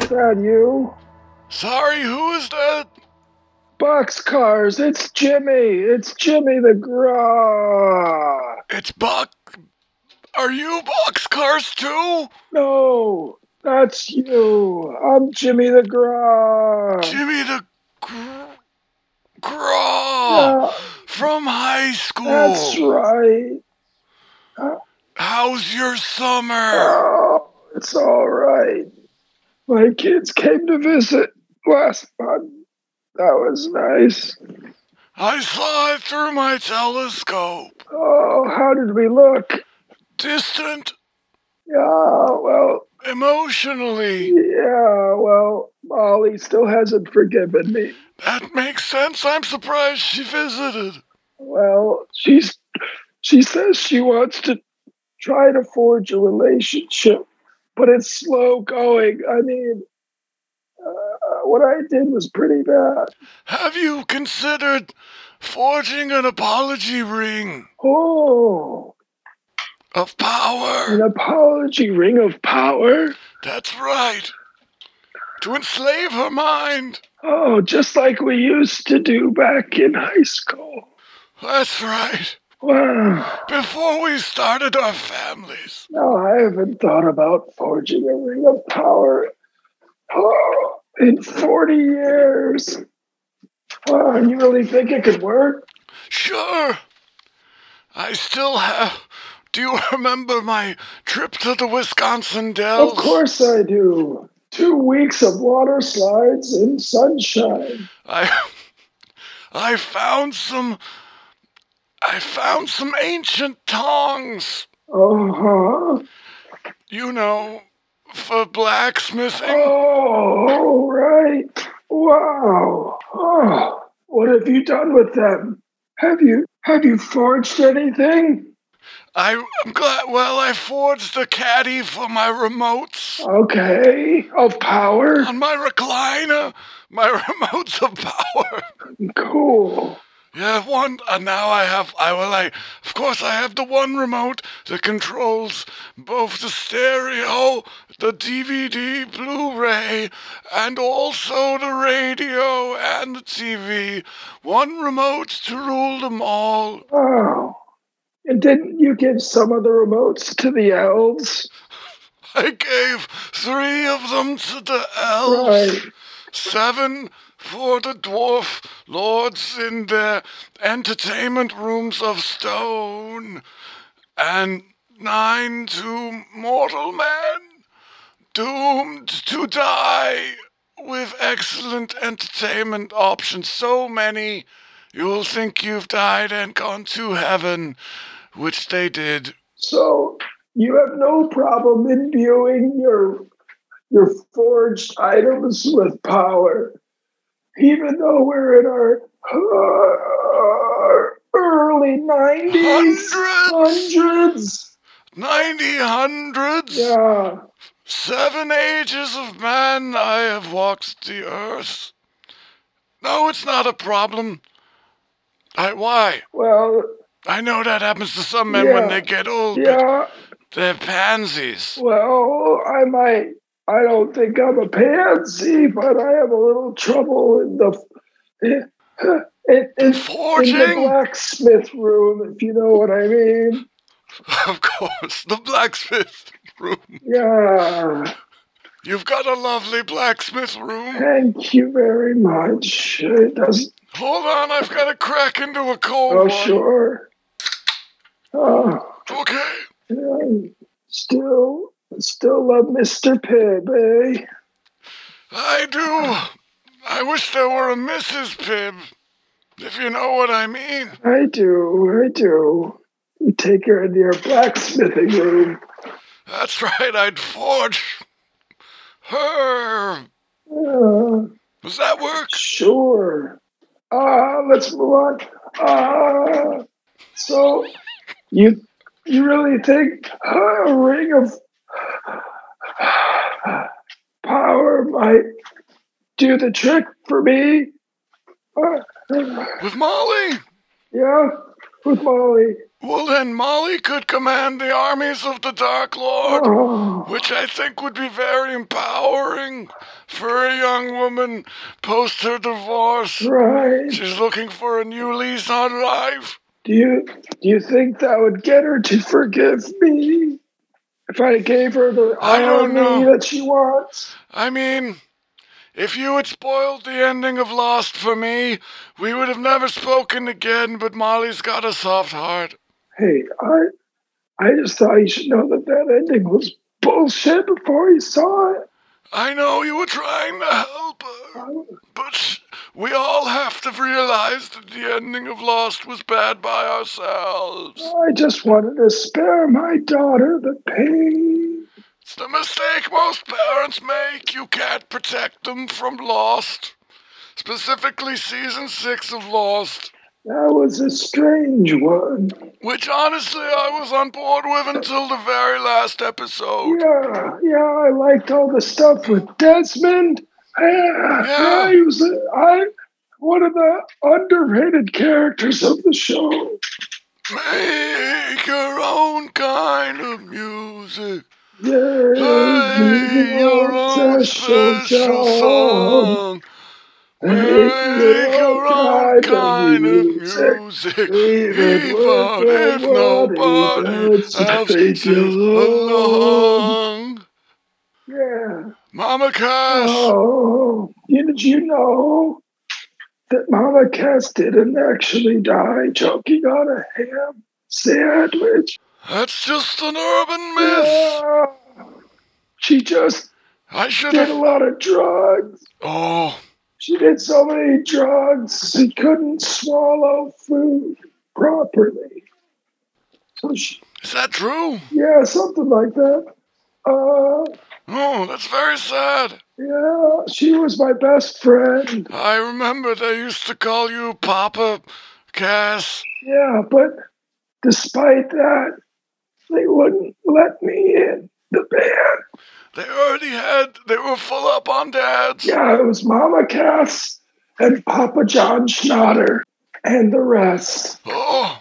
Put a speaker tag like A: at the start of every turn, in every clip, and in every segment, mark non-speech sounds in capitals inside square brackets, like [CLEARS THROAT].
A: Is that you?
B: Sorry, who is that?
A: Boxcars, it's Jimmy. It's Jimmy the Gras.
B: It's Buck. Are you boxcars too?
A: No, that's you. I'm Jimmy the Gras.
B: Jimmy the Gr- Gras from high school.
A: That's right.
B: How's your summer?
A: Oh, it's all right. My kids came to visit last month. That was nice.
B: I saw it through my telescope.
A: Oh, how did we look?
B: Distant,
A: Yeah, well,
B: emotionally.
A: yeah, well, Molly still hasn't forgiven me.
B: That makes sense. I'm surprised she visited.
A: Well, she's she says she wants to try to forge a relationship, but it's slow going. I mean, uh, what I did was pretty bad.
B: Have you considered forging an apology ring
A: Oh,
B: of
A: an
B: power?
A: apology ring of power.
B: That's right. To enslave her mind.
A: Oh, just like we used to do back in high school.
B: That's right.
A: Wow.
B: Before we started our families.
A: No, I haven't thought about forging a ring of power oh, in 40 years. Wow, you really think it could work?
B: Sure. I still have. Do you remember my trip to the Wisconsin Dells?
A: Of course I do. Two weeks of water slides in sunshine.
B: I I found some I found some ancient tongs,
A: Uh-huh.
B: you know, for blacksmithing.
A: Oh, right. Wow. Oh, what have you done with them? Have you have you forged anything?
B: I, I'm glad well I forged a caddy for my remotes.
A: Okay. Of power?
B: On my recliner, my [LAUGHS] remotes of power.
A: Cool.
B: Yeah, one. And now I have. I will. I of course I have the one remote that controls both the stereo, the DVD, Blu-ray, and also the radio and the TV. One remote to rule them all.
A: Wow. Oh, And didn't you give some of the remotes to the elves?
B: I gave three of them to the elves.
A: Right.
B: Seven for the dwarf lords in their entertainment rooms of stone, and nine to mortal men doomed to die with excellent entertainment options. So many you'll think you've died and gone to heaven, which they did.
A: So you have no problem in viewing your your forged items with power, even though we're in our uh, early nineties,
B: Hundreds!
A: hundreds.
B: Ninety hundreds!
A: Yeah.
B: Seven ages of man I have walked the earth. No, it's not a problem. I why?
A: Well.
B: I know that happens to some men when
A: Yeah.
B: they get old. but
A: Yeah.
B: They're pansies.
A: Well, I might. I don't think I'm a pansy, but I have a little trouble in the [LAUGHS] in, in, in the
B: Forging,
A: blacksmith room, if you know what I mean.
B: [LAUGHS] of course, the blacksmith [LAUGHS] room.
A: Yeah.
B: You've got a lovely blacksmith room.
A: Thank you very much. It does.
B: Hold on, I've got to crack into a cold
A: Oh,
B: one.
A: sure. Oh,
B: Okay.
A: yeah. still, still love Mr. Pibb, eh?
B: I do. I wish there were a Mrs. Pibb, if you know what I mean.
A: I do. I do. You take her into your blacksmithing room.
B: That's right, I'd forge her.
A: Uh,
B: Does that work?
A: Sure. Uh, let's move on. Uh, so you you really think uh, a ring of power might do the trick for me? Uh,
B: With Molly?
A: yeah, with Molly.
B: Well, then Molly could command the armies of the Dark Lord,
A: Oh,
B: which I think would be very empowering for a young woman post her divorce.
A: right.
B: She's looking for a new lease on life.
A: Do you do you think that would get her to forgive me? If I gave her the
B: I don't
A: irony
B: know.
A: that she wants?
B: I mean, if you had spoiled the ending of Lost for me, we would have never spoken again, but Molly's got a soft heart.
A: Hey, I I just thought you should know that that ending was bullshit before you saw it.
B: I know you were trying to help her.
A: I-
B: But sh- we all have to realize that the ending of Lost was bad by ourselves.
A: I just wanted to spare my daughter the pain.
B: It's the mistake most parents make. You can't protect them from Lost. Specifically, season six of Lost,
A: That was a strange one.
B: which honestly I was on board with until the very last episode.
A: Yeah, yeah, I liked all the stuff with Desmond. Yeah, yeah, he was a- I- one of the underrated characters of the show.
B: Make your own kind of music.
A: Yay,
B: Play your own special song. Make your own kind of music. Even if nobody else sings along.
A: Yeah.
B: Mama Cass,
A: Oh, you- did you know that Mama Cass didn't actually die choking on a ham sandwich?
B: that's just an urban myth.
A: Yeah. She just
B: I should
A: did a
B: have.
A: lot of drugs.
B: Oh,
A: She did so many drugs, she couldn't swallow food properly. So she,
B: is that true?
A: yeah, something like that. Uh,
B: Oh, that's very sad.
A: yeah, she was my best friend.
B: I remember they used to call you Papa Cass.
A: Yeah, but despite that, they wouldn't let me in the band.
B: They already had, they were full up on dads.
A: Yeah, it was Mama Cass and Papa John Schnatter and the rest.
B: Oh,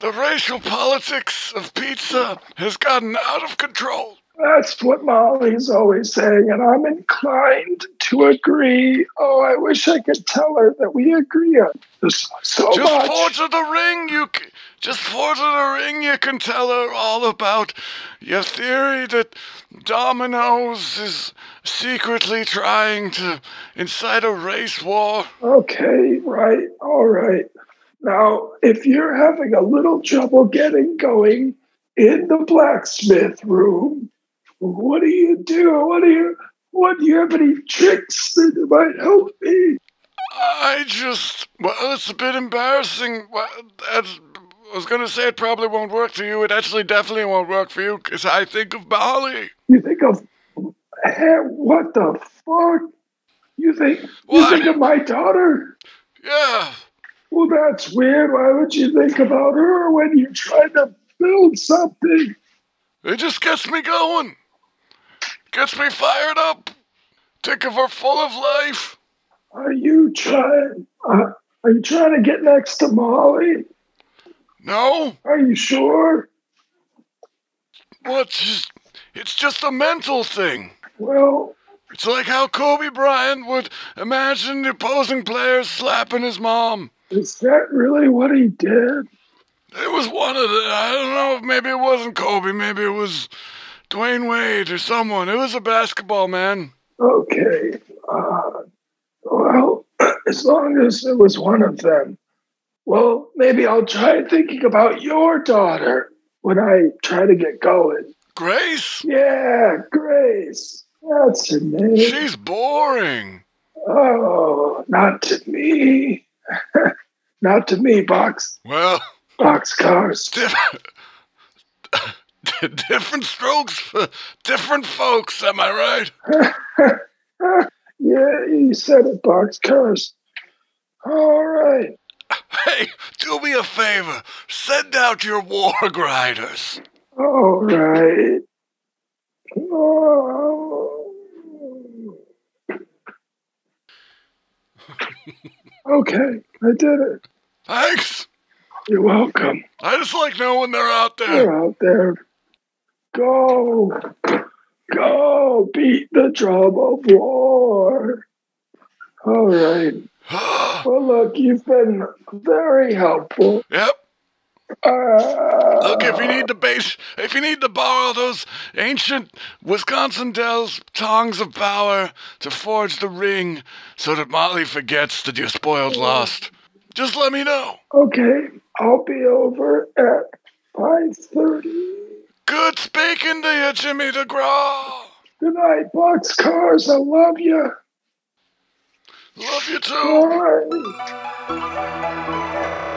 B: the racial politics of pizza has gotten out of control.
A: That's what Molly's always saying, and I'm inclined to agree. Oh, I wish I could tell her that we agree on this so
B: Just
A: much.
B: forge of the ring, you. c- Just forge of the ring, you can tell her all about your theory that Domino's is secretly trying to incite a race war.
A: Okay, right, all right. Now, if you're having a little trouble getting going in the blacksmith room, what do you do? What do you? What do you have any tricks that might help me?
B: I just. Well, it's a bit embarrassing. Well, that's. I was gonna say it probably won't work for you. It actually definitely won't work for you, 'cause I think of Bali.
A: You think of hey, what the fuck? You think you
B: What?
A: think of my daughter?
B: Yeah.
A: Well, that's weird. Why would you think about her when you're trying to build something?
B: It just gets me going. Gets me fired up. Think of her full of life.
A: Are you trying? Uh, are you trying to get next to Molly?
B: No?
A: Are you sure?
B: What? Just, it's just a mental thing.
A: Well,
B: It's like how Kobe Bryant would imagine the opposing players slapping his mom.
A: is that really what he did?
B: It was one of the. I don't know if maybe it wasn't Kobe, maybe it was Dwayne Wade or someone. It was a basketball man.
A: Okay. Uh, well, [CLEARS THROAT] as long as it was one of them. Well, maybe I'll try thinking about your daughter when I try to get going.
B: Grace?
A: Yeah, Grace. That's her name.
B: She's boring.
A: Oh, not to me. [LAUGHS] not to me, box
B: Well, [LAUGHS]
A: boxcars.
B: different, [LAUGHS] different strokes for different folks, am I right?
A: Yeah, you said it, boxcars. All right.
B: Hey, do me a favor. Send out your war [LAUGHS] grinders.
A: All right. Oh. Okay, I did it.
B: Thanks.
A: You're welcome.
B: I just like knowing they're out there. [GASPS]
A: You're out there. Go. Go beat the drum of war. All right. Well, look, you've been very helpful.
B: yep.
A: Uh,
B: Look, if you need to base, if you need to borrow those ancient Wisconsin Dells tongs of power to forge the ring, so that Motley forgets that you spoiled lost, just let me know.
A: Okay, I'll be over at five thirty.
B: Good speaking to you, Jimmy DeGraw.
A: Good night, boxcars. I love you.
B: Love you too.
A: All right.